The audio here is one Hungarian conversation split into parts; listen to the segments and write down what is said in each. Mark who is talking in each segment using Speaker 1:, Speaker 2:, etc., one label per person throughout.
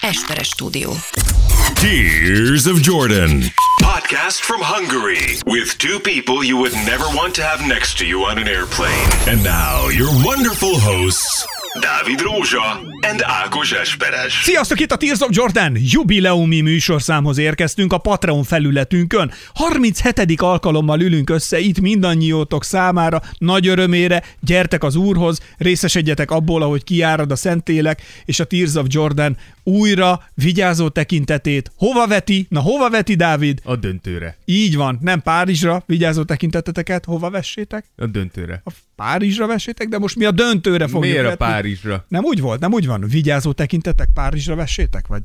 Speaker 1: Esperes stúdió.
Speaker 2: Tears of Jordan.
Speaker 3: Podcast from Hungary with two people you would never want to have next to you on an airplane.
Speaker 2: And now, your wonderful hosts,
Speaker 3: Dávid Rózsa and Ákos Esperes.
Speaker 4: Sziasztok, itt a Tears of Jordan! Jubileumi műsorszámhoz érkeztünk a Patreon felületünkön. 37. alkalommal ülünk össze itt mindannyiótok számára, nagy örömére, gyertek az Úrhoz, részesedjetek abból, ahogy kiárad a Szentlélek, és a Tears of Jordan újra vigyázó tekintetét hova veti? Na hova veti, Dávid?
Speaker 5: A döntőre.
Speaker 4: Így van, nem Párizsra vigyázó tekinteteteket, hova vessétek?
Speaker 5: A döntőre.
Speaker 4: A Párizsra vessétek, de most mi a döntőre fogjuk
Speaker 5: Miért a
Speaker 4: vetni?
Speaker 5: Párizsra?
Speaker 4: Nem úgy volt, nem úgy van. Vigyázó tekintetek, Párizsra vessétek, vagy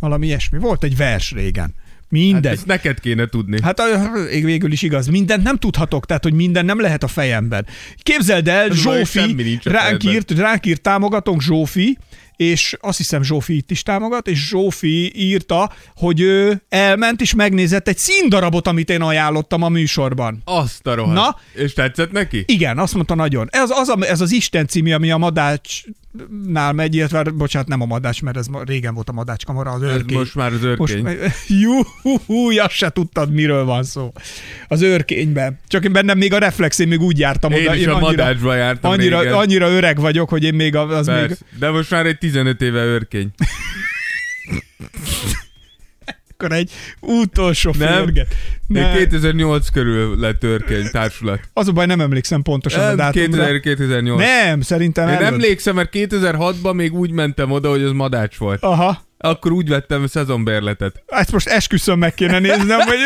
Speaker 4: valami ilyesmi. Volt egy vers régen.
Speaker 5: Hát
Speaker 4: Mindegy.
Speaker 5: ezt neked kéne tudni. Hát,
Speaker 4: Hát a- végül is igaz, mindent nem tudhatok, tehát hogy minden nem lehet a fejemben. Képzeld el,
Speaker 5: Ez baj, semmi
Speaker 4: Zsófi,
Speaker 5: nincs a
Speaker 4: ránk
Speaker 5: fejedben.
Speaker 4: írt, ránk írt támogatónk Zsófi, és azt hiszem Zsófi itt is támogat, és Zsófi írta, hogy ő elment és megnézett egy színdarabot, amit én ajánlottam a műsorban.
Speaker 5: Azt a rohadt.
Speaker 4: Na?
Speaker 5: És tetszett neki?
Speaker 4: Igen, azt mondta nagyon. Ez az, a, ez az Isten című, ami a madácsnál megy, illetve, bocsánat, nem a madács, mert ez ma, régen volt a madácskamara, az
Speaker 5: Ez
Speaker 4: őrkény.
Speaker 5: most már az örkény. Most...
Speaker 4: Most, juhúhú, azt se tudtad, miről van szó. Az őrkényben. Csak én bennem még a reflexén még úgy jártam
Speaker 5: Én
Speaker 4: oda.
Speaker 5: is a madácsba jártam régen.
Speaker 4: annyira, annyira öreg vagyok, hogy én még a- az még...
Speaker 5: Persze. De most már egy 15 éve örkény.
Speaker 4: Akkor egy utolsó
Speaker 5: Nem.
Speaker 4: férget.
Speaker 5: De
Speaker 4: Nem.
Speaker 5: 2008 körül lett örkény társulat.
Speaker 4: Az a baj, nem emlékszem pontosan a
Speaker 5: Nem,
Speaker 4: dátumra.
Speaker 5: 2000, 2008.
Speaker 4: Nem, szerintem
Speaker 5: Én
Speaker 4: előtt.
Speaker 5: emlékszem, mert 2006-ban még úgy mentem oda, hogy az madács volt.
Speaker 4: Aha.
Speaker 5: Akkor úgy vettem szezonbérletet.
Speaker 4: Hát most esküszöm meg kéne néznem, hogy...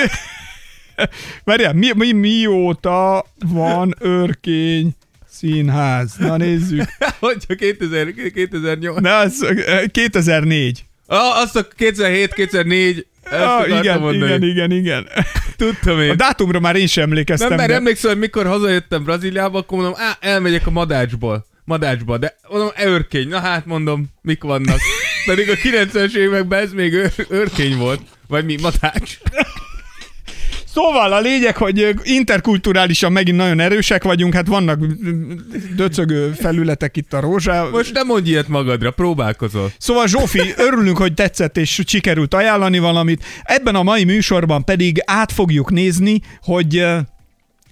Speaker 4: Várjál, mi, mi, mióta van örkény színház? Na nézzük.
Speaker 5: Hogyha 2000, 2008.
Speaker 4: Na, az eh, 2004.
Speaker 5: Ah, azt a 2007-2004, ezt
Speaker 4: Ah,
Speaker 5: akartam
Speaker 4: igen,
Speaker 5: mondani.
Speaker 4: igen, igen, igen.
Speaker 5: Tudtam én.
Speaker 4: A dátumra már én sem emlékeztem.
Speaker 5: Nem, mert
Speaker 4: de-
Speaker 5: emlékszem, hogy mikor hazajöttem Brazíliába, akkor mondom, á, elmegyek a madácsból. Madácsba, de mondom, őrkény. Na hát mondom, mik vannak. Pedig a 90-es években ez még őr, őrkény volt. Vagy mi, madács?
Speaker 4: Szóval a lényeg, hogy eh, interkulturálisan megint nagyon erősek vagyunk, hát vannak mm, döcögő felületek itt a rózsá.
Speaker 5: Most nem mondj ilyet magadra, próbálkozol.
Speaker 4: Szóval Zsófi, örülünk, hogy tetszett és sikerült ajánlani valamit. Ebben a mai műsorban pedig át fogjuk nézni, hogy eh,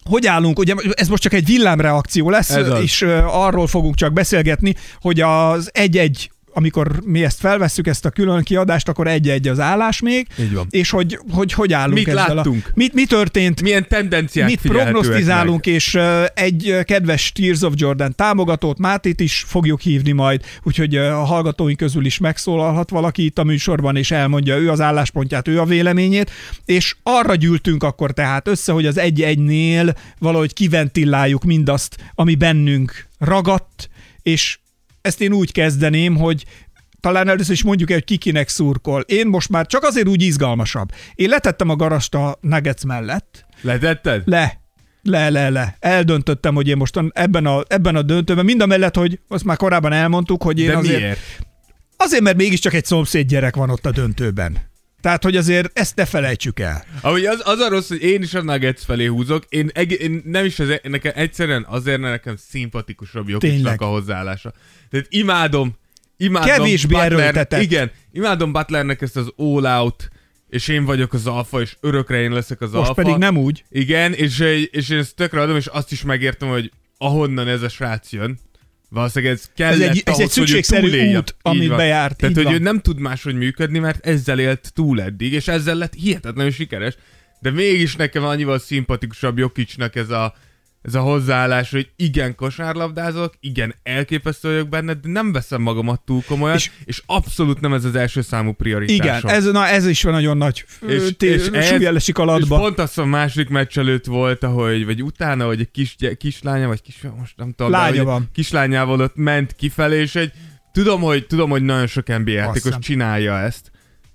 Speaker 4: hogy állunk, ugye ez most csak egy villámreakció lesz,
Speaker 5: Ez az.
Speaker 4: és eh, arról fogunk csak beszélgetni, hogy az egy-egy amikor mi ezt felvesszük, ezt a külön kiadást, akkor egy-egy az állás még,
Speaker 5: Így van.
Speaker 4: és hogy hogy, hogy állunk
Speaker 5: Mit
Speaker 4: ezzel
Speaker 5: láttunk?
Speaker 4: A, mit, mi történt,
Speaker 5: Milyen tendenciák
Speaker 4: mit
Speaker 5: figyelhetőek
Speaker 4: prognosztizálunk, és ö, egy ö, kedves Tears of Jordan támogatót, Mátit is fogjuk hívni majd, úgyhogy ö, a hallgatóink közül is megszólalhat valaki itt a műsorban, és elmondja ő az álláspontját, ő a véleményét, és arra gyűltünk akkor tehát össze, hogy az egy-egynél valahogy kiventilláljuk mindazt, ami bennünk ragadt, és ezt én úgy kezdeném, hogy talán először is mondjuk el, hogy kikinek szurkol. Én most már csak azért úgy izgalmasabb. Én letettem a garast a Nuggets mellett,
Speaker 5: meg? Letetted?
Speaker 4: le. Le, le, le. Eldöntöttem, hogy én most ebben a, ebben a döntőben, mind a mellett, hogy azt már korábban elmondtuk, hogy én
Speaker 5: De
Speaker 4: azért...
Speaker 5: miért?
Speaker 4: Azért, mert mégiscsak egy szomszéd gyerek van ott a döntőben. Tehát, hogy azért ezt ne felejtsük el.
Speaker 5: Ahogy az, az a rossz, hogy én is a Nuggets felé húzok, én, eg- én nem is azért, nekem egyszerűen azért, mert nekem szimpatikusabb
Speaker 4: Tényleg.
Speaker 5: Jokicsnak a hozzáállása. Tehát imádom, imádom
Speaker 4: Kevésbé erőltetett.
Speaker 5: Igen, imádom Butlernek ezt az all out, és én vagyok az alfa, és örökre én leszek az
Speaker 4: Most
Speaker 5: alfa.
Speaker 4: pedig nem úgy.
Speaker 5: Igen, és, és én ezt tökre adom, és azt is megértem, hogy ahonnan ez a srác jön, valószínűleg ez kellett
Speaker 4: egy- ez
Speaker 5: ahhoz,
Speaker 4: egy
Speaker 5: hogy ő
Speaker 4: szükségszerű
Speaker 5: túlélje.
Speaker 4: út,
Speaker 5: Így
Speaker 4: amit
Speaker 5: van.
Speaker 4: bejárt,
Speaker 5: Tehát,
Speaker 4: így
Speaker 5: hogy ő
Speaker 4: van.
Speaker 5: nem tud máshogy működni, mert ezzel élt túl eddig, és ezzel lett hihetetlenül sikeres. De mégis nekem annyival szimpatikusabb Jokicsnak ez a, ez a hozzáállás, hogy igen, kosárlabdázok, igen, elképesztő vagyok benne, de nem veszem magamat túl komolyan,
Speaker 4: És-
Speaker 5: és, és abszolút nem ez az első számú prioritásom.
Speaker 4: Igen, ez, na, ez is van nagyon nagy és, té- és
Speaker 5: ez-
Speaker 4: esik
Speaker 5: és
Speaker 4: alatba.
Speaker 5: pont azt a második meccs előtt volt, ahogy, vagy utána, hogy egy kis, kislánya, vagy kis, most nem tudom, de
Speaker 4: Lánya
Speaker 5: hogy
Speaker 4: van.
Speaker 5: kislányával ott ment kifelé, és egy, tudom, hogy, tudom, hogy nagyon sok NBA játékos
Speaker 4: hiszem.
Speaker 5: csinálja ezt,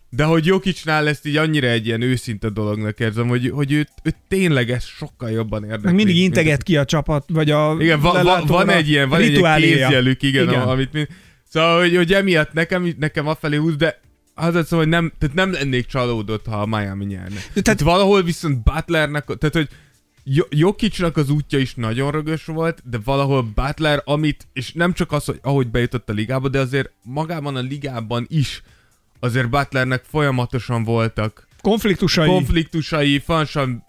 Speaker 5: de hogy Jokicsnál ezt így annyira egy ilyen őszinte dolognak érzem, hogy, hogy őt, őt tényleg ez sokkal jobban
Speaker 4: Meg
Speaker 5: érdekli.
Speaker 4: mindig
Speaker 5: mint-
Speaker 4: integet ki a csapat, vagy a
Speaker 5: igen, va- va-
Speaker 4: lelátóra,
Speaker 5: van egy ilyen, van egy ilyen
Speaker 4: rituáléja.
Speaker 5: kézjelük, igen, igen. amit mi... Szóval, hogy, hogy emiatt nekem, nekem afelé húz, de az szóval, hogy nem, tehát nem lennék csalódott, ha a Miami nyerne.
Speaker 4: tehát-
Speaker 5: Tehát Itt valahol viszont Butlernek, tehát hogy Jo- Jokicsnak az útja is nagyon rögös volt, de valahol Butler, amit, és nem csak az, hogy ahogy bejutott a ligába, de azért magában a ligában is azért Butlernek folyamatosan voltak
Speaker 4: Konfliktusai.
Speaker 5: konfliktusai, fansan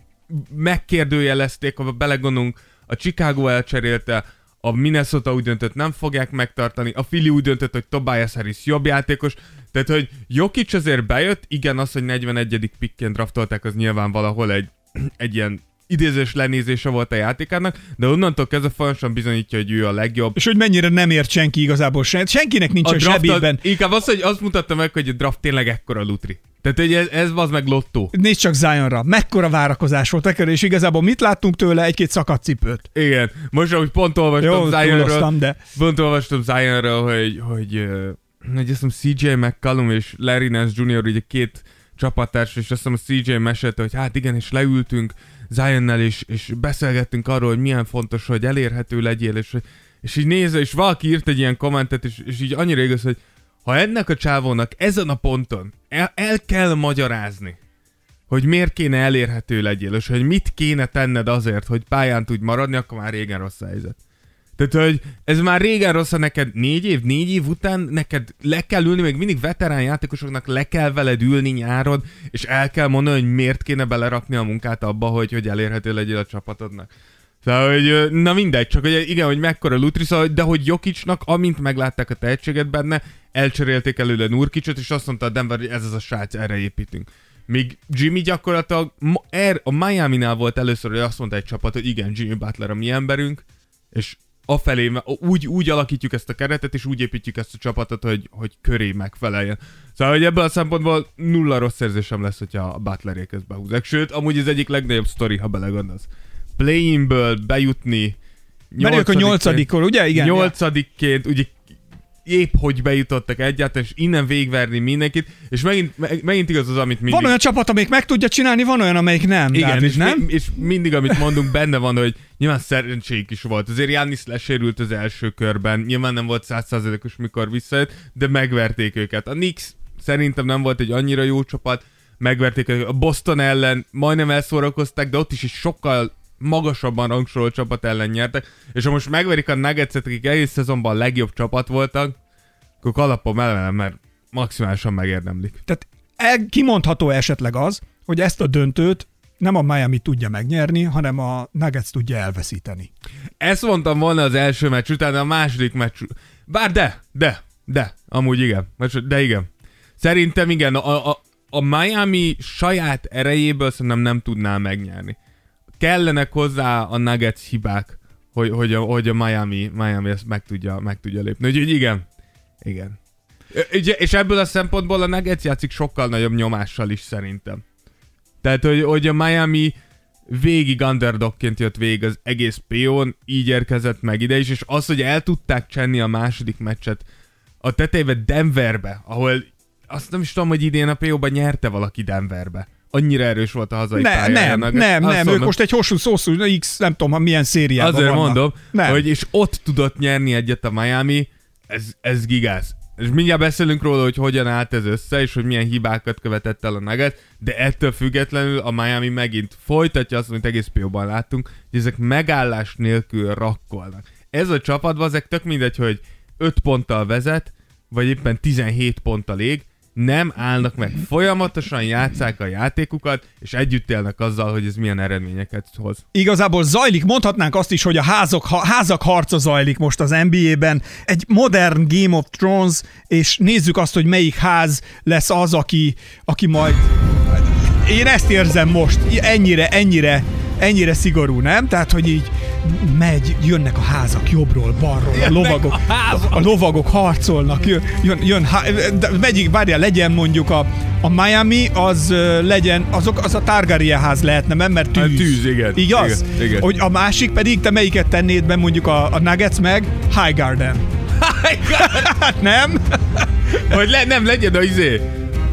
Speaker 5: megkérdőjelezték, ha belegondolunk, a Chicago elcserélte, a Minnesota úgy döntött, nem fogják megtartani, a Philly úgy döntött, hogy Tobias Harris jobb játékos, tehát, hogy Jokic azért bejött, igen, az, hogy 41. pikként draftolták, az nyilván valahol egy, egy ilyen idézős lenézése volt a játékának, de onnantól kezdve folyamatosan bizonyítja, hogy ő a legjobb,
Speaker 4: És hogy mennyire nem ért senki igazából se. Senkinek nincs a, a
Speaker 5: draft
Speaker 4: zsebében.
Speaker 5: Inkább az, hogy azt mutatta meg, hogy a draft tényleg ekkora lutri. Tehát hogy ez, ez az meg lottó.
Speaker 4: Nézd csak Zionra, mekkora várakozás volt ekkor, és igazából mit láttunk tőle? Egy-két szakadt cipőt.
Speaker 5: Igen. Most, ahogy pont
Speaker 4: Jó,
Speaker 5: olvastam Zionről,
Speaker 4: túloztam, de...
Speaker 5: pont olvastam Zionről, hogy, hogy, ö, hogy azt hiszem CJ McCallum és Larry Nance Jr. ugye két csapattárs, és azt hiszem a CJ mesélte, hogy hát igen, és leültünk Zionnel, és, és beszélgettünk arról, hogy milyen fontos, hogy elérhető legyél, és, és így nézve, és valaki írt egy ilyen kommentet, és, és így annyira igaz, hogy ha ennek a csávónak ezen a ponton el, el kell magyarázni, hogy miért kéne elérhető legyél, és hogy mit kéne tenned azért, hogy pályán tudj maradni, akkor már régen rossz a helyzet. Tehát, hogy ez már régen rossz, ha neked négy év, négy év után neked le kell ülni, még mindig veterán játékosoknak le kell veled ülni nyáron, és el kell mondani, hogy miért kéne belerakni a munkát abba, hogy, hogy elérhető legyél a csapatodnak. Szóval, hogy ö, na mindegy, csak hogy igen, hogy mekkora lutri, szóval, de hogy Jokicsnak, amint meglátták a tehetséget benne, elcserélték előle Nurkicsot, és azt mondta a Denver, hogy ez az a srác, erre építünk. Míg Jimmy gyakorlatilag ma- er, a Miami-nál volt először, hogy azt mondta egy csapat, hogy igen, Jimmy Butler a mi emberünk, és afelé, me- úgy, úgy alakítjuk ezt a keretet, és úgy építjük ezt a csapatot, hogy, hogy köré megfeleljen. Szóval, hogy ebből a szempontból nulla rossz érzésem lesz, hogyha a Butlerék ezt behúzzák. Sőt, amúgy ez egyik legnagyobb sztori, ha belegondolsz. Play-inből bejutni
Speaker 4: Merjük a nyolcadikkor, ugye? Igen.
Speaker 5: nyolcadikként, ugye épp hogy bejutottak egyáltalán, és innen végverni mindenkit, és megint, me- megint igaz az, amit mindig...
Speaker 4: Van olyan csapat, amelyik meg tudja csinálni, van olyan, amelyik nem.
Speaker 5: igen,
Speaker 4: Dávid,
Speaker 5: és,
Speaker 4: nem?
Speaker 5: Mi, és mindig, amit mondunk, benne van, hogy nyilván szerencséjük is volt. Azért Jánisz lesérült az első körben, nyilván nem volt százszázalékos, mikor visszajött, de megverték őket. A Knicks szerintem nem volt egy annyira jó csapat, megverték őket. a Boston ellen, majdnem elszórakozták, de ott is egy sokkal magasabban rangsorolt csapat ellen nyertek, és ha most megverik a Nuggets-et, akik egész szezonban a legjobb csapat voltak, akkor kalapom ellenem, mert maximálisan megérdemlik.
Speaker 4: Tehát el, kimondható esetleg az, hogy ezt a döntőt nem a Miami tudja megnyerni, hanem a Nuggets tudja elveszíteni.
Speaker 5: Ezt mondtam volna az első meccs után, de a második meccs... Bár de, de, de, amúgy igen. Most- De igen. Szerintem igen, a, a, a Miami saját erejéből szerintem nem tudná megnyerni. Kellenek hozzá a Nuggets hibák, hogy, hogy, a, hogy a Miami, Miami ezt meg tudja, meg tudja lépni. Úgyhogy igen, igen. Ö, Ugye, és ebből a szempontból a Nuggets játszik sokkal nagyobb nyomással is szerintem. Tehát, hogy, hogy a Miami végig underdogként jött végig az egész PO-n, így érkezett meg ide is, és az, hogy el tudták csenni a második meccset a tetejébe Denverbe, ahol azt nem is tudom, hogy idén a PO-ban nyerte valaki Denverbe. Annyira erős volt a hazai
Speaker 4: Ne,
Speaker 5: pálya
Speaker 4: nem,
Speaker 5: ennek.
Speaker 4: nem,
Speaker 5: Azt
Speaker 4: nem, ők
Speaker 5: mondom,
Speaker 4: most egy hosszú szószú, na, X, nem tudom, ha milyen szériában
Speaker 5: Azért
Speaker 4: vannak.
Speaker 5: mondom,
Speaker 4: nem.
Speaker 5: hogy és ott tudott nyerni egyet a Miami, ez, ez gigász. És mindjárt beszélünk róla, hogy hogyan állt ez össze, és hogy milyen hibákat követett el a Nugget, de ettől függetlenül a Miami megint folytatja azt, amit egész PO-ban láttunk, hogy ezek megállás nélkül rakkolnak. Ez a csapatban ezek tök mindegy, hogy 5 ponttal vezet, vagy éppen 17 ponttal ég, nem állnak meg. Folyamatosan játszák a játékukat, és együtt élnek azzal, hogy ez milyen eredményeket hoz.
Speaker 4: igazából zajlik, mondhatnánk azt is, hogy a házok, ha, házak harca zajlik most az NBA-ben, egy modern Game of Thrones, és nézzük azt, hogy melyik ház lesz az, aki, aki majd... Én ezt érzem most, ennyire, ennyire, ennyire szigorú, nem? Tehát, hogy így megy, jönnek a házak jobbról, balról, a lovagok,
Speaker 5: a házak.
Speaker 4: a lovagok harcolnak, jön, jön, jön há- de megyik, várjál, legyen mondjuk a, a Miami, az ö, legyen, azok, az a Targaryen ház lehetne, nem? Mert tűz.
Speaker 5: Hát tűz, igen.
Speaker 4: Igaz?
Speaker 5: Igen, igen.
Speaker 4: Hogy a másik pedig, te melyiket tennéd be mondjuk a, a Nuggets meg? High Garden. Hát nem?
Speaker 5: Hogy le, nem legyen a izé.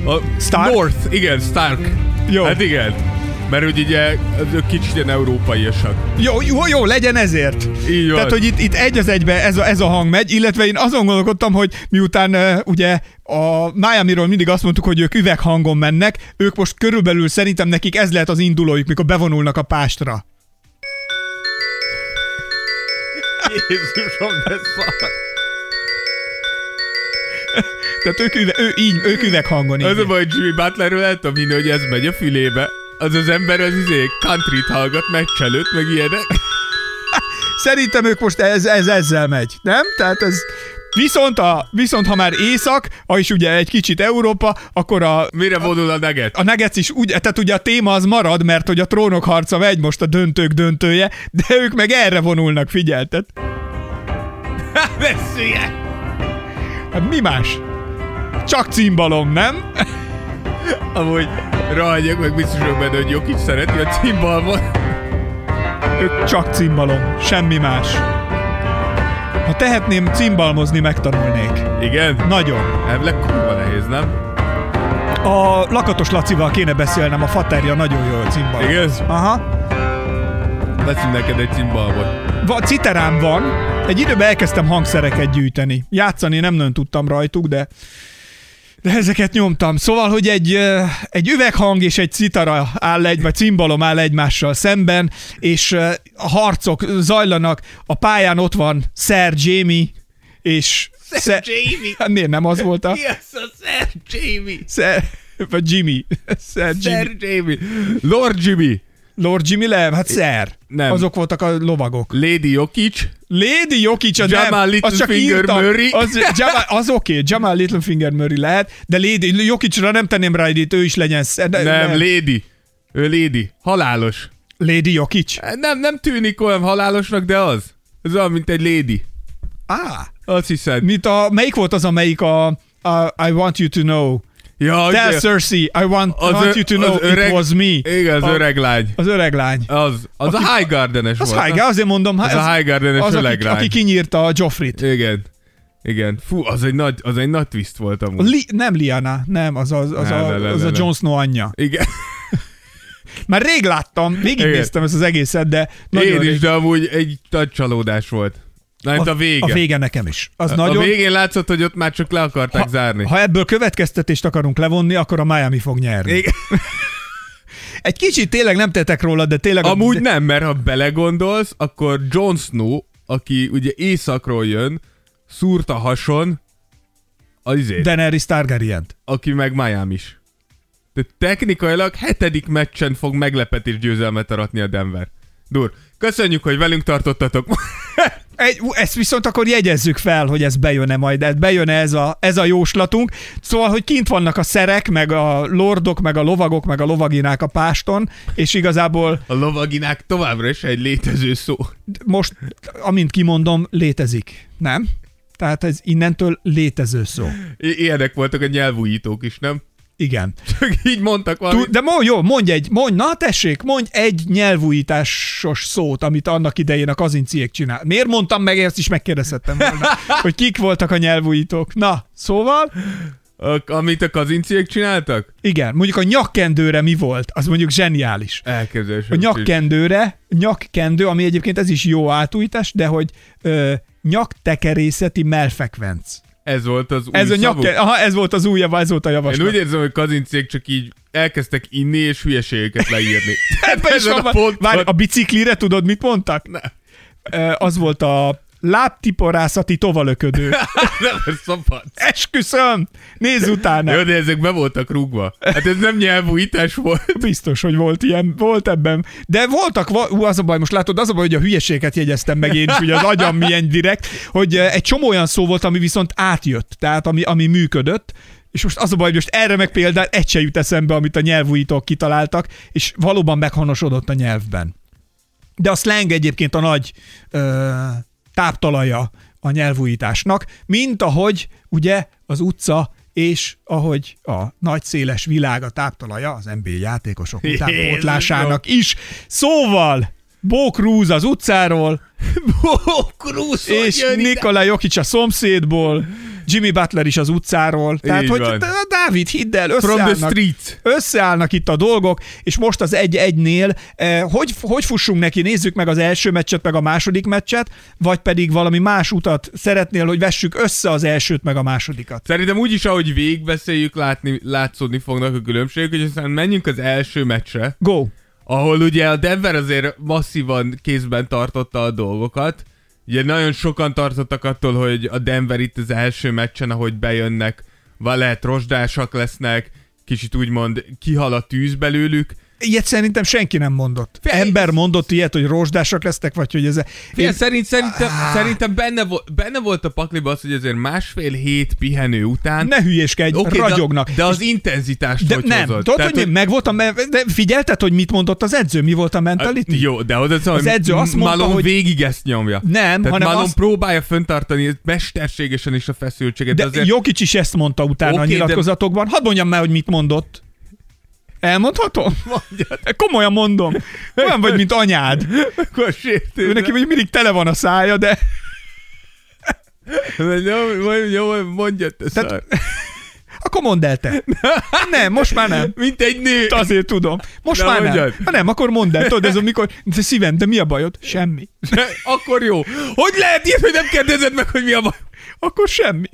Speaker 5: A
Speaker 4: Stark?
Speaker 5: North, igen, Stark.
Speaker 4: Jó.
Speaker 5: Hát igen. Mert úgy ugye azok kicsit ilyen európaiasak.
Speaker 4: Jó, jó, jó, legyen ezért.
Speaker 5: Így van.
Speaker 4: Tehát, hogy itt, itt egy az egybe ez a, ez a hang megy, illetve én azon gondolkodtam, hogy miután uh, ugye a Miami-ról mindig azt mondtuk, hogy ők üveghangon mennek, ők most körülbelül szerintem nekik ez lehet az indulójuk, mikor bevonulnak a pástra.
Speaker 5: Jézusom, de szar.
Speaker 4: Tehát ők, üve, ő, így, ők üveghangon így.
Speaker 5: Az a baj, hogy Jimmy Butlerről el tudom hinni, hogy ez megy a fülébe. Az az ember az izé countryt hallgat, meg cselőt, meg ilyenek.
Speaker 4: Szerintem ők most ez, ez, ezzel megy, nem? Tehát ez... Viszont, a, viszont ha már észak, ha is ugye egy kicsit Európa, akkor a
Speaker 5: Mire vonul a neget?
Speaker 4: a Nuggets is úgy, tehát ugye a téma az marad, mert hogy a trónok harca megy most a döntők döntője, de ők meg erre vonulnak, figyeltet.
Speaker 5: Veszélye!
Speaker 4: Hát mi más? Csak címbalom, nem?
Speaker 5: Amúgy rahagyok, meg biztos vagyok benne, hogy Jokic szereti a cimbalmot.
Speaker 4: Ők csak címbalom, semmi más. Ha tehetném, címbalmozni megtanulnék.
Speaker 5: Igen?
Speaker 4: Nagyon.
Speaker 5: Ebből hát kurva nehéz, nem?
Speaker 4: A Lakatos Lacival kéne beszélnem, a faterja nagyon jól címbal.
Speaker 5: Igaz?
Speaker 4: Aha.
Speaker 5: Veszünk neked egy cimbalmot.
Speaker 4: Va, citerám van. Egy időben elkezdtem hangszereket gyűjteni. Játszani nem nagyon tudtam rajtuk, de de ezeket nyomtam. Szóval, hogy egy, ö, egy üveghang és egy citara áll egy, vagy cimbalom áll egymással szemben, és ö, a harcok zajlanak. A pályán ott van Sir Jamie, és... Sir
Speaker 5: Jamie?
Speaker 4: Hát miért nem az volt a...
Speaker 5: az a Sir Jamie?
Speaker 4: Sir, vagy Jimmy. Sir Jimmy.
Speaker 5: Sir Jamie. Lord Jimmy.
Speaker 4: Lord Jimmy Lev, hát szer.
Speaker 5: Nem.
Speaker 4: Azok voltak a lovagok.
Speaker 5: Lady Jokic.
Speaker 4: Lady Jokic, a
Speaker 5: Jamal
Speaker 4: nem, az csak
Speaker 5: Littlefinger
Speaker 4: írtam.
Speaker 5: Murray.
Speaker 4: Az, Jamal, az oké, okay, Jamal Littlefinger Murray lehet, de Lady Jokicra nem tenném rá időt, ő is legyen szer. De,
Speaker 5: Nem, Lady. Ő Lady. Halálos. Eh,
Speaker 4: Lady Jokic.
Speaker 5: Nem, nem tűnik olyan halálosnak, de az. Ez olyan, mint egy lady.
Speaker 4: Á,
Speaker 5: Azt hiszed.
Speaker 4: mint a, melyik volt az, amelyik a, a I want you to know.
Speaker 5: Ja,
Speaker 4: Tell
Speaker 5: ugye,
Speaker 4: Cersei, I want,
Speaker 5: az
Speaker 4: want
Speaker 5: ö-
Speaker 4: you to
Speaker 5: az
Speaker 4: know
Speaker 5: öreg-
Speaker 4: it was me.
Speaker 5: Igen, az
Speaker 4: a,
Speaker 5: öreg lány.
Speaker 4: Az öreg lány.
Speaker 5: Az, az a High Gardenes
Speaker 4: Az
Speaker 5: volt.
Speaker 4: High,
Speaker 5: nem?
Speaker 4: azért mondom,
Speaker 5: Az a High Gardenes
Speaker 4: az
Speaker 5: öreg
Speaker 4: aki,
Speaker 5: lány.
Speaker 4: aki kinyírta a Joffrey-t.
Speaker 5: Igen. Igen. Fú, az egy nagy, az egy nagy twist volt amúgy.
Speaker 4: Li, nem Liana, nem, az, az, az,
Speaker 5: Ne,
Speaker 4: a,
Speaker 5: ne, ne,
Speaker 4: az
Speaker 5: ne,
Speaker 4: a
Speaker 5: ne.
Speaker 4: Jon Snow anyja.
Speaker 5: Igen.
Speaker 4: Már rég láttam, végignéztem ezt az egészet, de nagyon
Speaker 5: Én is,
Speaker 4: rég.
Speaker 5: de amúgy egy nagy csalódás volt. Na, itt Hát a, vége.
Speaker 4: A vége nekem is. Az
Speaker 5: A-
Speaker 4: nagyon...
Speaker 5: a végén látszott, hogy ott már csak le akarták zárni.
Speaker 4: Ha ebből következtetést akarunk levonni, akkor a Miami fog nyerni.
Speaker 5: Igen.
Speaker 4: Egy kicsit tényleg nem tettek róla, de tényleg...
Speaker 5: Amúgy
Speaker 4: de,
Speaker 5: nem, mert ha belegondolsz, akkor Jon Snow, aki ugye északról jön, szúrt a hason az izét, De...
Speaker 4: Daenerys targaryen
Speaker 5: aki meg Miami is. De technikailag hetedik meccsen fog meglepetés győzelmet aratni a Denver. Dur, köszönjük, hogy velünk tartottatok.
Speaker 4: Egy, ú, ezt viszont akkor jegyezzük fel, hogy ez bejön-e majd, ez bejön ez a, ez a jóslatunk. Szóval, hogy kint vannak a szerek, meg a lordok, meg a lovagok, meg a lovaginák a páston, és igazából
Speaker 5: a lovaginák továbbra is egy létező szó.
Speaker 4: most, amint kimondom, létezik. Nem? Tehát ez innentől létező szó.
Speaker 5: I- ilyenek voltak a nyelvújítók is, nem?
Speaker 4: Igen.
Speaker 5: Csak így mondtak
Speaker 4: Tú,
Speaker 5: valamit.
Speaker 4: de mo, jó, mondj egy, mondj, na tessék, mondj egy nyelvújításos szót, amit annak idején a kazinciék csinál. Miért mondtam meg, ezt is megkérdezhettem volna, hogy kik voltak a nyelvújítók. Na, szóval,
Speaker 5: A- amit a kazinciek csináltak?
Speaker 4: igen, mondjuk a nyakkendőre mi volt, az mondjuk zseniális.
Speaker 5: Elképzelés.
Speaker 4: A nyakkendőre, nyakkendő, ami egyébként ez is jó átújítás, de hogy ö, nyaktekerészeti melfekvenc.
Speaker 5: Ez volt az új
Speaker 4: Ez, a
Speaker 5: szavuk?
Speaker 4: nyakke, aha, ez volt az új java, ez volt a
Speaker 5: Én
Speaker 4: javaslat.
Speaker 5: úgy érzem, hogy kazincék csak így elkezdtek inni és hülyeségeket leírni.
Speaker 4: Ebben is
Speaker 5: Ezen
Speaker 4: Hát van,
Speaker 5: a ponton.
Speaker 4: várj, a biciklire tudod, mit mondtak? Ö, Az volt a lábtiporászati tovalöködő.
Speaker 5: Nem, ez szabad.
Speaker 4: Esküszöm! Nézz utána!
Speaker 5: Jó, de ezek be voltak rúgva. Hát ez nem nyelvújítás volt.
Speaker 4: Biztos, hogy volt ilyen, volt ebben. De voltak, va- ú, az a baj, most látod, az a baj, hogy a hülyeséget jegyeztem meg én is, ugye az agyam milyen direkt, hogy eh, egy csomó olyan szó volt, ami viszont átjött, tehát ami, ami működött, és most az a baj, hogy most erre meg például egy se jut eszembe, amit a nyelvújítók kitaláltak, és valóban meghonosodott a nyelvben. De a slang egyébként a nagy ö, táptalaja a nyelvújításnak, mint ahogy ugye az utca és ahogy a nagy széles világ a táptalaja az NBA játékosok utánpótlásának is. Szóval Bók Rúz az utcáról,
Speaker 5: Krusz,
Speaker 4: és Nikola Jokic a szomszédból, Jimmy Butler is az utcáról. Tehát,
Speaker 5: Így
Speaker 4: hogy
Speaker 5: van.
Speaker 4: a Dávid, hidd el,
Speaker 5: From the
Speaker 4: összeállnak,
Speaker 5: streets.
Speaker 4: összeállnak itt a dolgok, és most az egy-egynél, eh, hogy, hogy fussunk neki, nézzük meg az első meccset, meg a második meccset, vagy pedig valami más utat szeretnél, hogy vessük össze az elsőt, meg a másodikat.
Speaker 5: Szerintem úgyis, ahogy végigbeszéljük, látni, látszódni fognak a különbségek, hogy aztán menjünk az első meccsre,
Speaker 4: Go!
Speaker 5: ahol ugye a Denver azért masszívan kézben tartotta a dolgokat. Ugye nagyon sokan tartottak attól, hogy a Denver itt az első meccsen, ahogy bejönnek, van lehet rozsdásak lesznek, kicsit úgymond kihal a tűz belőlük.
Speaker 4: Ilyet szerintem senki nem mondott. Ember mondott ilyet, hogy rozsdásak lesznek, vagy hogy ez...
Speaker 5: Fél, szerint, szerintem,
Speaker 4: Ah.
Speaker 5: szerintem benne, vo- benne volt a pakliba az, hogy azért másfél hét pihenő után...
Speaker 4: Ne hülyéskedj,
Speaker 5: Oké,
Speaker 4: okay, ragyognak.
Speaker 5: De, de az intenzitást
Speaker 4: De
Speaker 5: hogy
Speaker 4: nem,
Speaker 5: hozod?
Speaker 4: tudod, hogy mi? meg voltam, de figyelted, hogy mit mondott az edző, mi volt a mentality?
Speaker 5: Hát, Jó, de oda szóval,
Speaker 4: Az edző azt mondta,
Speaker 5: Malone
Speaker 4: hogy-
Speaker 5: végig ezt nyomja.
Speaker 4: Nem,
Speaker 5: Tehát
Speaker 4: hanem
Speaker 5: Malone
Speaker 4: azt-
Speaker 5: próbálja föntartani mesterségesen is a feszültséget.
Speaker 4: de
Speaker 5: De Hát azért...
Speaker 4: Jokic is ezt mondta utána okay, a
Speaker 5: Oké, de-
Speaker 4: nyilatkozatokban. Hadd mondjam már, hogy mit mondott. Elmondhatom?
Speaker 5: Mondjad.
Speaker 4: Komolyan mondom. Olyan vagy, mint anyád.
Speaker 5: Akkor sértődve.
Speaker 4: Ő neki még mindig tele van a szája, de
Speaker 5: Jó, jó, jó, mondja te szar.
Speaker 4: akkor mondd el te. Nem, most már nem.
Speaker 5: Hát, Mint egy nő.
Speaker 4: Azért tudom. Most
Speaker 5: Na,
Speaker 4: már nem.
Speaker 5: mondjad.
Speaker 4: Ha nem, akkor mondd el. Tudod, ez amikor... De szívem, de mi a bajod? Semmi.
Speaker 5: Akkor jó. Hogy lehet ilyet, hogy nem kérdezed meg, hogy mi a baj?
Speaker 4: Akkor semmi.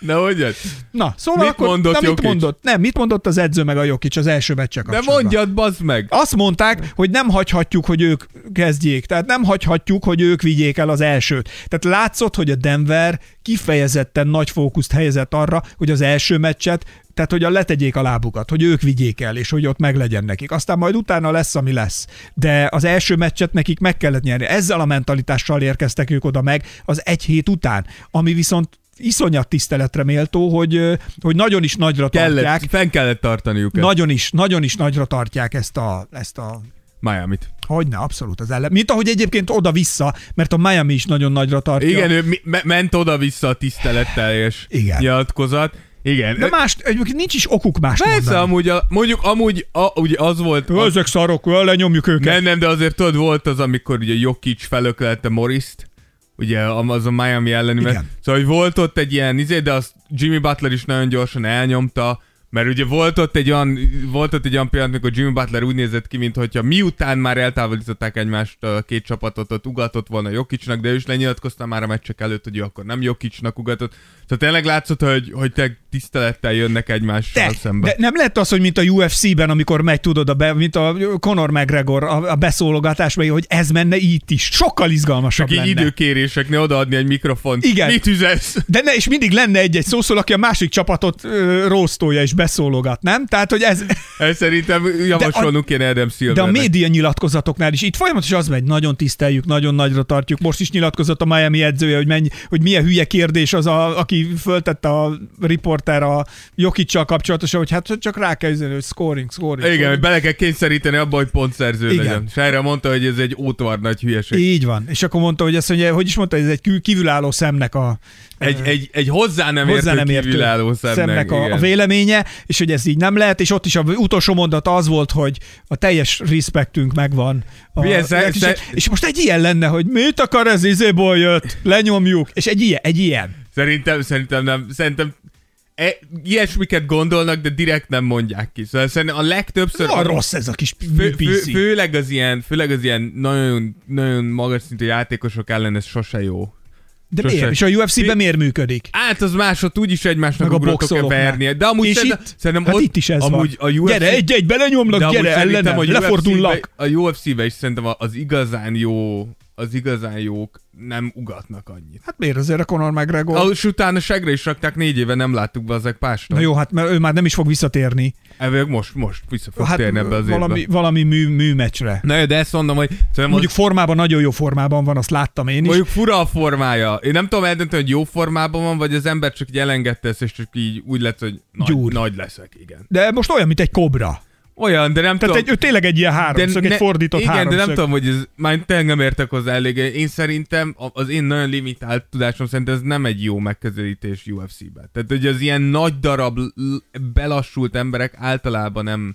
Speaker 5: Na, mondjad.
Speaker 4: Na, szóval
Speaker 5: Mit
Speaker 4: akkor...
Speaker 5: mondott
Speaker 4: na, mit
Speaker 5: Jokic?
Speaker 4: mondott? Nem, mit mondott az edző meg a Jokic az első meccse
Speaker 5: De
Speaker 4: kapcsolatban?
Speaker 5: mondjad, bazd meg.
Speaker 4: Azt mondták, hogy nem hagyhatjuk, hogy ők kezdjék. Tehát nem hagyhatjuk, hogy ők vigyék el az elsőt. Tehát látszott, hogy a Denver kifejezetten nagy fókuszt helyezett arra, hogy az első meccset, tehát hogy a letegyék a lábukat, hogy ők vigyék el, és hogy ott meglegyen nekik. Aztán majd utána lesz, ami lesz. De az első meccset nekik meg kellett nyerni. Ezzel a mentalitással érkeztek ők oda meg az egy hét után, ami viszont iszonyat tiszteletre méltó, hogy, ö, hogy nagyon is nagyra tartják.
Speaker 5: Kellett, fenn kellett tartaniuk ezt.
Speaker 4: Nagyon is, nagyon is nagyra tartják ezt a, ezt a
Speaker 5: Miami-t.
Speaker 4: Hogyne, abszolút az ellen. Mint ahogy egyébként oda-vissza, mert a Miami is nagyon nagyra tartja.
Speaker 5: Igen, ő mi- me- ment oda-vissza a tiszteletteljes
Speaker 4: Igen.
Speaker 5: nyilatkozat. Igen.
Speaker 4: De más, egyébként nincs is okuk más
Speaker 5: Persze,
Speaker 4: mondani.
Speaker 5: amúgy, a, mondjuk amúgy a, ugye az volt...
Speaker 4: Jó,
Speaker 5: Az,
Speaker 4: Ezek szarok, jó, lenyomjuk őket.
Speaker 5: nem, nem, de azért tudod, volt az, amikor ugye Jokic felöklelte Morist, ugye a- az a Miami elleni. Mert,
Speaker 4: Igen.
Speaker 5: szóval, hogy volt ott egy ilyen izé, de azt Jimmy Butler is nagyon gyorsan elnyomta, mert ugye volt ott egy olyan, volt ott egy olyan pillanat, amikor Jimmy Butler úgy nézett ki, mintha miután már eltávolították egymást a két csapatot, ott ugatott volna Jokicsnak, de ő is lenyilatkozta már a meccsek előtt, hogy ő akkor nem Jokicsnak ugatott. Szóval tényleg látszott, hogy, hogy te tisztelettel jönnek egymással
Speaker 4: Te,
Speaker 5: szembe.
Speaker 4: de nem lett az, hogy mint a UFC-ben, amikor megy, tudod, a be, mint a Conor McGregor a, a beszólogatás, vagy hogy ez menne itt is. Sokkal izgalmasabb
Speaker 5: Csak
Speaker 4: lenne.
Speaker 5: így időkéréseknél odaadni egy mikrofont.
Speaker 4: Igen.
Speaker 5: Mit üzensz?
Speaker 4: De ne, és mindig lenne egy-egy szószól, aki a másik csapatot ö, róztolja és beszólogat, nem? Tehát, hogy ez,
Speaker 5: Ez szerintem javasolnunk kéne Adam
Speaker 4: De a
Speaker 5: Silvernek.
Speaker 4: média nyilatkozatoknál is itt folyamatosan az megy, nagyon tiszteljük, nagyon nagyra tartjuk. Most is nyilatkozott a Miami edzője, hogy, mennyi, hogy milyen hülye kérdés az, a, aki föltette a riporter a Jokicsal kapcsolatosan, hogy hát csak rá kell üzenni, hogy scoring, scoring.
Speaker 5: Igen, hogy
Speaker 4: scoring.
Speaker 5: bele kell kényszeríteni abba, hogy pontszerző
Speaker 4: Igen.
Speaker 5: legyen. És erre mondta, hogy ez egy ótvar nagy hülyeség.
Speaker 4: Így van. És akkor mondta, hogy ezt mondja, hogy is mondta, hogy ez egy kül- kívülálló szemnek a
Speaker 5: Egy, egy, egy hozzá nem
Speaker 4: hozzá
Speaker 5: értő
Speaker 4: nem értő
Speaker 5: kívülálló szemnek.
Speaker 4: szemnek a, a
Speaker 5: igen.
Speaker 4: véleménye, és hogy ez így nem lehet, és ott is a utolsó mondata az volt, hogy a teljes respektünk megvan. A,
Speaker 5: Milyen szer-
Speaker 4: és,
Speaker 5: szer-
Speaker 4: és most egy ilyen lenne, hogy mit akar ez izéból jött, lenyomjuk, és egy ilyen, egy ilyen.
Speaker 5: Szerintem, szerintem nem. Szerintem e, ilyesmiket gondolnak, de direkt nem mondják ki. Szóval szerintem a legtöbbször...
Speaker 4: Nagyon rossz ez a kis
Speaker 5: Fő,
Speaker 4: PC.
Speaker 5: fő, főleg az ilyen, főleg az ilyen nagyon, nagyon magas szintű játékosok ellen ez sose jó.
Speaker 4: De
Speaker 5: sose.
Speaker 4: miért? És a UFC-ben
Speaker 5: Fi-
Speaker 4: miért működik?
Speaker 5: Hát az más, ott úgyis egymásnak
Speaker 4: Meg a
Speaker 5: ugratok
Speaker 4: boxolóknál.
Speaker 5: vernie. De amúgy
Speaker 4: És
Speaker 5: szerintem,
Speaker 4: itt?
Speaker 5: szerintem
Speaker 4: Hát
Speaker 5: ott,
Speaker 4: itt is ez
Speaker 5: amúgy
Speaker 4: van.
Speaker 5: A UFC,
Speaker 4: gyere, egy-egy,
Speaker 5: de
Speaker 4: belenyomlak,
Speaker 5: amúgy
Speaker 4: gyere,
Speaker 5: szerintem
Speaker 4: ellenem,
Speaker 5: a UFC
Speaker 4: lefordullak.
Speaker 5: A UFC-be is szerintem a- az igazán jó, az igazán jók nem ugatnak annyit.
Speaker 4: Hát miért azért a Conor McGregor?
Speaker 5: Ah, És utána segre is rakták, négy éve nem láttuk be ezek pástot.
Speaker 4: Na jó, hát mert ő már nem is fog visszatérni.
Speaker 5: Ebből most, most vissza fog
Speaker 4: Hát
Speaker 5: térni ebbe az
Speaker 4: valami,
Speaker 5: évbe.
Speaker 4: valami mű, műmecsre.
Speaker 5: Na jó, de ezt mondom, hogy szerintem
Speaker 4: Mondjuk formában, nagyon jó formában van, azt láttam én
Speaker 5: az,
Speaker 4: is.
Speaker 5: mondjuk fura a formája. Én nem tudom eldönteni, hogy jó formában van, vagy az ember csak így elengedte ezt, és csak így úgy lett, hogy nagy,
Speaker 4: Gyúr.
Speaker 5: nagy leszek, igen.
Speaker 4: De most olyan, mint egy kobra.
Speaker 5: Olyan, de nem
Speaker 4: Tehát
Speaker 5: tudom.
Speaker 4: egy, ő tényleg egy ilyen háromszög, Hát egy fordított
Speaker 5: igen,
Speaker 4: háromszög.
Speaker 5: de nem tudom, hogy ez, már tényleg nem értek hozzá elég. Én szerintem, a- az én nagyon limitált tudásom szerint ez nem egy jó megközelítés UFC-ben. Tehát, hogy az ilyen nagy darab, l- belassult emberek általában nem...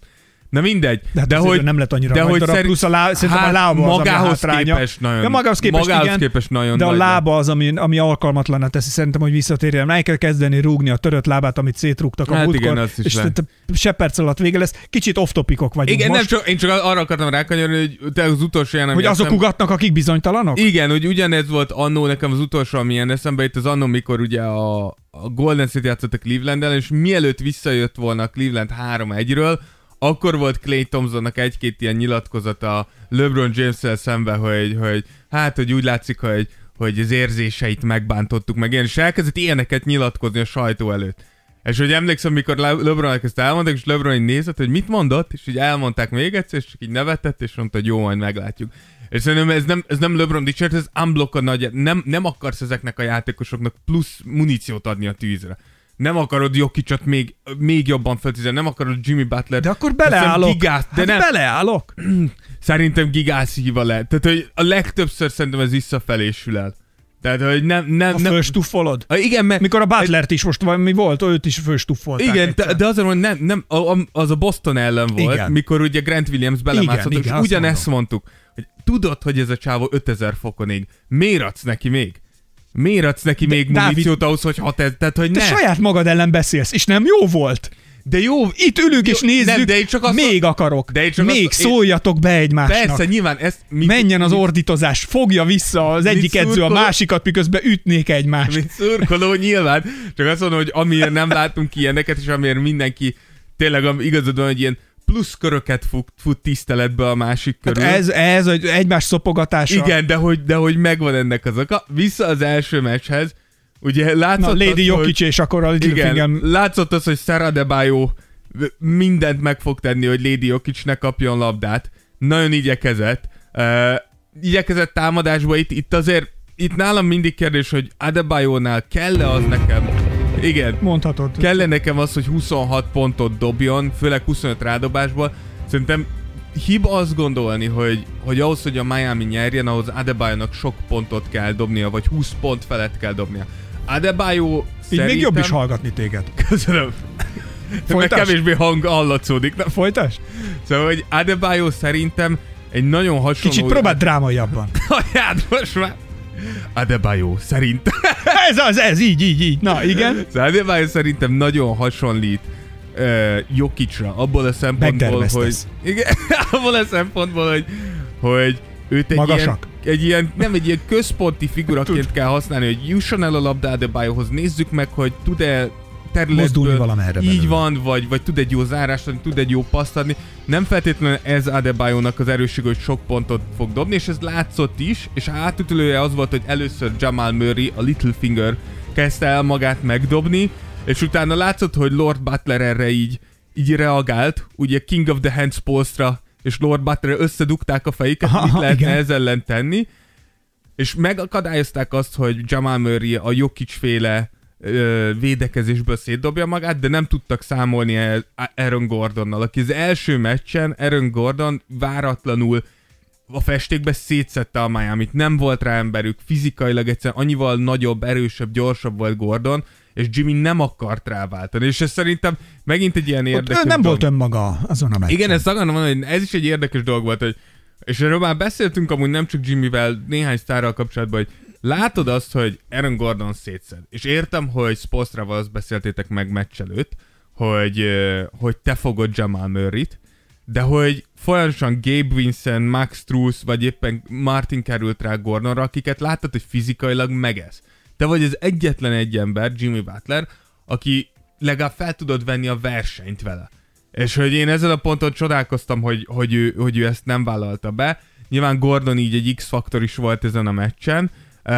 Speaker 5: Na mindegy.
Speaker 4: De, hát de hogy nem lett annyira de nagy hogy darab, plusz a lá, szerintem a
Speaker 5: hát
Speaker 4: lába az, ami
Speaker 5: magához
Speaker 4: hátránya.
Speaker 5: képest nagyon,
Speaker 4: ja, magához képest,
Speaker 5: magához
Speaker 4: igen,
Speaker 5: képest nagyon
Speaker 4: de a
Speaker 5: nagy
Speaker 4: lába az, ami, ami alkalmatlaná teszi, szerintem, hogy visszatérjen. El kell kezdeni rúgni a törött lábát, amit szétrúgtak a
Speaker 5: Hát
Speaker 4: múltkor,
Speaker 5: igen, azt is
Speaker 4: és
Speaker 5: lehet.
Speaker 4: te- se perc alatt vége lesz. Kicsit off-topikok vagyunk
Speaker 5: Igen,
Speaker 4: most,
Speaker 5: nem csak, én csak arra akartam rákanyarodni, hogy te az utolsó ilyen, ami
Speaker 4: hogy azok
Speaker 5: eszembe-
Speaker 4: ugatnak, akik bizonytalanok?
Speaker 5: Igen, hogy ugyanez volt annó nekem az utolsó, ami ilyen eszembe itt az annó, mikor ugye a, a Golden State játszott a cleveland és mielőtt visszajött volna a Cleveland 3-1-ről, akkor volt Clay Thompsonnak egy-két ilyen nyilatkozata LeBron James-el szemben, hogy, hogy hát, hogy úgy látszik, hogy, hogy az érzéseit megbántottuk meg, ilyen, és elkezdett ilyeneket nyilatkozni a sajtó előtt. És hogy emlékszem, mikor Le- LeBronnak ezt elmondták, és LeBron így nézett, hogy mit mondott, és így elmondták még egyszer, és csak így nevetett, és mondta, hogy jó, majd meglátjuk. És szerintem ez nem, ez nem LeBron dicsért, ez unblock a nagy, nem, nem akarsz ezeknek a játékosoknak plusz muníciót adni a tűzre. Nem akarod Jokicsot még, még jobban feltűzni, nem akarod Jimmy Butler.
Speaker 4: De akkor beleállok.
Speaker 5: Gigás, de
Speaker 4: hát
Speaker 5: nem,
Speaker 4: beleállok.
Speaker 5: szerintem gigás híva lehet. Tehát, hogy a legtöbbször szerintem ez visszafelé sül el. Tehát, hogy nem, nem,
Speaker 4: Ha
Speaker 5: nem.
Speaker 4: fölstuffolod.
Speaker 5: Ah, Igen, mert
Speaker 4: Mikor a Butlert is most van, mi volt, őt is fölstuffolták.
Speaker 5: igen,
Speaker 4: egyszer.
Speaker 5: de, de azért mondom, nem, nem, a- a- az a Boston ellen volt,
Speaker 4: Igen.
Speaker 5: igen. mikor ugye Grant Williams belemászott,
Speaker 4: Igen,
Speaker 5: és
Speaker 4: igen, azt
Speaker 5: ugyanezt mondtuk, hogy tudod, hogy ez a csávó 5000 fokon ég, miért adsz neki még? Miért adsz neki de, még
Speaker 4: Dávid-
Speaker 5: muníciót ahhoz, hogy hat ez, tehát hogy
Speaker 4: Te
Speaker 5: ne.
Speaker 4: saját magad ellen beszélsz, és nem jó volt.
Speaker 5: De jó,
Speaker 4: Itt ülünk és
Speaker 5: Jó,
Speaker 4: nézzük,
Speaker 5: nem, de én csak azt-
Speaker 4: még akarok,
Speaker 5: de én csak
Speaker 4: még
Speaker 5: azt- én-
Speaker 4: szóljatok be egymásnak.
Speaker 5: persze, nyilván ezt... Mi,
Speaker 4: Menjen az ordítozás, fogja vissza az egyik edző a
Speaker 5: szurkolok?
Speaker 4: másikat, miközben ütnék egymást.
Speaker 5: mint szurkoló nyilván, csak azt mondom, hogy amiért nem látunk ilyeneket, és amiért mindenki tényleg am- igazad van, hogy ilyen plusz köröket fut, fut tiszteletbe a másik körül.
Speaker 4: Tehát Hát ez, ez egy- egymás szopogatása.
Speaker 5: Igen, de hogy, de hogy megvan ennek az oka. Vissza az első meccshez, ugye látszott
Speaker 4: Na, Lady
Speaker 5: az,
Speaker 4: Jokic
Speaker 5: hogy,
Speaker 4: és akkor a Littlefinger...
Speaker 5: igen, látszott az, hogy Sarah Debajo mindent meg fog tenni, hogy Lady Jokic ne kapjon labdát. Nagyon igyekezett. Uh, igyekezett támadásba itt, itt azért, itt nálam mindig kérdés, hogy Adebayo-nál kell-e az nekem? Igen,
Speaker 4: Mondhatod.
Speaker 5: kell nekem az, hogy 26 pontot dobjon, főleg 25 rádobásból. Szerintem hiba azt gondolni, hogy, hogy ahhoz, hogy a Miami nyerjen, ahhoz Adebayo-nak sok pontot kell dobnia, vagy 20 pont felett kell dobnia. Adebayo
Speaker 4: Így
Speaker 5: szerintem...
Speaker 4: még jobb is hallgatni téged.
Speaker 5: Köszönöm. Meg
Speaker 4: Folytasd.
Speaker 5: kevésbé hang hallatszódik. Na,
Speaker 4: Folytas?
Speaker 5: Szóval, hogy Adebayo szerintem egy nagyon hasonló...
Speaker 4: Kicsit próbáld drámaiabban.
Speaker 5: Anyád, most már... Adebayo szerintem.
Speaker 4: ez az, ez, így, így, így. Na, igen.
Speaker 5: Szóval Adebayo szerintem nagyon hasonlít uh, Jokicsra, abból a szempontból, hogy...
Speaker 4: Megdermesztesz.
Speaker 5: Igen, abból a szempontból, hogy, hogy őt egy
Speaker 4: Magasak.
Speaker 5: Ilyen, egy ilyen, nem egy ilyen központi figuraként kell használni, hogy jusson el a labda Adebayohoz, nézzük meg, hogy tud-e
Speaker 4: Mozdulni
Speaker 5: területből,
Speaker 4: valamerre
Speaker 5: így
Speaker 4: belőle.
Speaker 5: van, vagy, vagy tud egy jó zárást adni, tud egy jó paszt adni. Nem feltétlenül ez Adebayónak az erősség, hogy sok pontot fog dobni, és ez látszott is, és a átütülője az volt, hogy először Jamal Murray, a Littlefinger kezdte el magát megdobni, és utána látszott, hogy Lord Butler erre így, így reagált, ugye King of the Hands postra, és Lord Butler összedugták a fejüket,
Speaker 4: Aha,
Speaker 5: mit lehetne
Speaker 4: igen.
Speaker 5: ez ellen tenni, és megakadályozták azt, hogy Jamal Murray a Jokic féle ö, védekezésből szétdobja magát, de nem tudtak számolni el- Aaron Gordonnal, aki az első meccsen Aaron Gordon váratlanul a festékbe szétszette a Miami-t, nem volt rá emberük, fizikailag egyszerűen annyival nagyobb, erősebb, gyorsabb volt Gordon, és Jimmy nem akart ráváltani, és ez szerintem megint egy ilyen
Speaker 4: Ott
Speaker 5: érdekes
Speaker 4: ő nem
Speaker 5: dolog.
Speaker 4: volt önmaga azon a meccsen.
Speaker 5: Igen, ezt akarom mondani, hogy ez is egy érdekes dolog volt, hogy, és erről már beszéltünk amúgy nem csak Jimmyvel, néhány sztárral kapcsolatban, hogy látod azt, hogy Aaron Gordon szétszed. És értem, hogy Spostrával azt beszéltétek meg meccs előtt, hogy, ö, hogy te fogod Jamal murray de hogy folyamatosan Gabe Vincent, Max Truss, vagy éppen Martin került rá Gordonra, akiket láttad, hogy fizikailag megesz. Te vagy az egyetlen egy ember, Jimmy Butler, aki legalább fel tudod venni a versenyt vele. És hogy én ezen a ponton csodálkoztam, hogy, hogy, ő, hogy ő ezt nem vállalta be. Nyilván Gordon így egy X-faktor is volt ezen a meccsen, ö,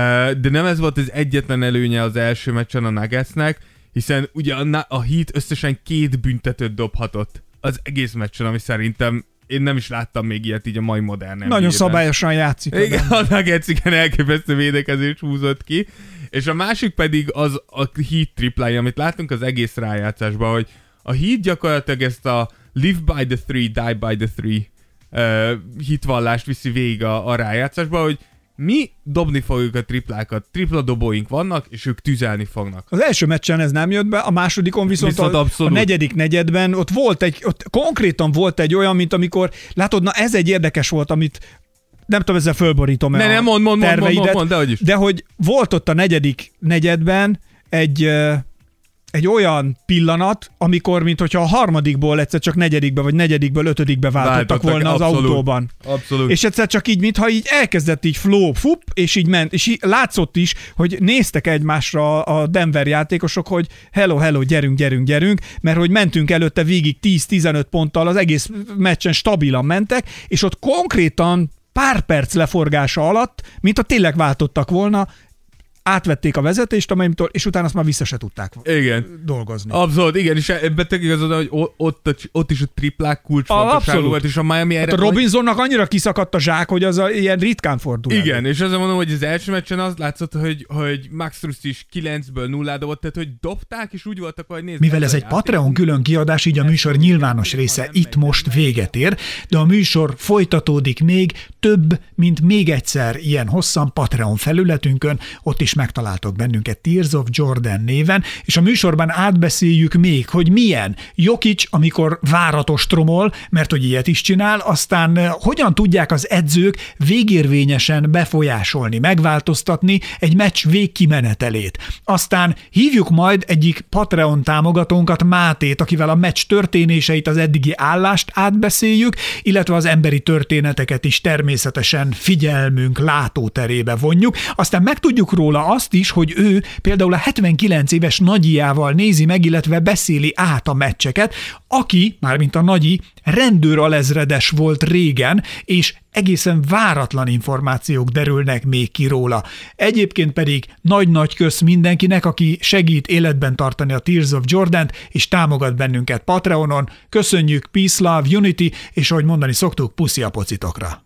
Speaker 5: de nem ez volt az egyetlen előnye az első meccsen a Nuggetsnek, hiszen ugye a, Na- a Heat összesen két büntetőt dobhatott az egész meccsen, ami szerintem én nem is láttam még ilyet így a mai modern
Speaker 4: Nagyon
Speaker 5: NBA-ben.
Speaker 4: szabályosan játszik.
Speaker 5: Igen, a Nuggets igen elképesztő védekezést húzott ki. És a másik pedig az a Heat triplája, amit látunk az egész rájátszásban, hogy a Heat gyakorlatilag ezt a live by the three, die by the three uh, hitvallást viszi végig a, a rájátszásba, hogy mi dobni fogjuk a triplákat, tripla dobóink vannak, és ők tüzelni fognak.
Speaker 4: Az első meccsen ez nem jött be, a másodikon viszont,
Speaker 5: Viszont
Speaker 4: a, a
Speaker 5: abszolút. Ne, ne, mond, mond, mond, mond, mond, mond, dehogy is.
Speaker 4: de hogy volt ott a negyedik negyedben egy, ö, egy olyan pillanat, amikor, mint hogyha a harmadikból egyszer csak negyedikbe, vagy negyedikből ötödikbe váltottak
Speaker 5: Váltottak,
Speaker 4: volna az
Speaker 5: abszolút.
Speaker 4: autóban.
Speaker 5: Abszolút.
Speaker 4: És egyszer csak így, mintha így elkezdett így flow, fup, és így ment. És így látszott is, hogy néztek egymásra a Denver játékosok, hogy hello, hello, gyerünk, gyerünk, gyerünk, mert hogy mentünk előtte végig 10-15 ponttal, az egész meccsen stabilan mentek, és ott konkrétan pár perc leforgása alatt, mint ha tényleg váltottak volna,
Speaker 6: átvették a vezetést a Miami-tól, és utána azt már vissza se tudták
Speaker 5: Igen.
Speaker 6: dolgozni.
Speaker 5: Abszolút, igen, és ebben tök igazad, van, hogy o- ott, a, ott is a triplák kulcsfontosságú
Speaker 6: Abszolút.
Speaker 5: volt, és a Miami erre...
Speaker 6: Hát a Robinsonnak annyira kiszakadt a zsák, hogy az a, ilyen ritkán fordul. elő.
Speaker 5: Igen, és azért mondom, hogy az első meccsen az látszott, hogy, hogy Max Trusz is 9-ből 0 dobott, tehát hogy dobták, és úgy voltak, hogy nézd.
Speaker 4: Mivel ez egy Patreon külön kiadás, így a műsor nyilvános része itt most véget ér, de a műsor folytatódik még több, mint még egyszer ilyen hosszan Patreon felületünkön, ott is megtaláltok bennünket Tears of Jordan néven, és a műsorban átbeszéljük még, hogy milyen Jokic, amikor váratos tromol, mert hogy ilyet is csinál, aztán eh, hogyan tudják az edzők végérvényesen befolyásolni, megváltoztatni egy meccs végkimenetelét. Aztán hívjuk majd egyik Patreon támogatónkat, Mátét, akivel a meccs történéseit, az eddigi állást átbeszéljük, illetve az emberi történeteket is természetesen figyelmünk látóterébe vonjuk. Aztán megtudjuk róla azt is, hogy ő például a 79 éves nagyiával nézi meg, illetve beszéli át a meccseket, aki, mármint a nagyi, rendőr alezredes volt régen, és egészen váratlan információk derülnek még ki róla. Egyébként pedig nagy-nagy kösz mindenkinek, aki segít életben tartani a Tears of jordan és támogat bennünket Patreonon. Köszönjük Peace, Love, Unity, és ahogy mondani szoktuk, puszi a pocitokra!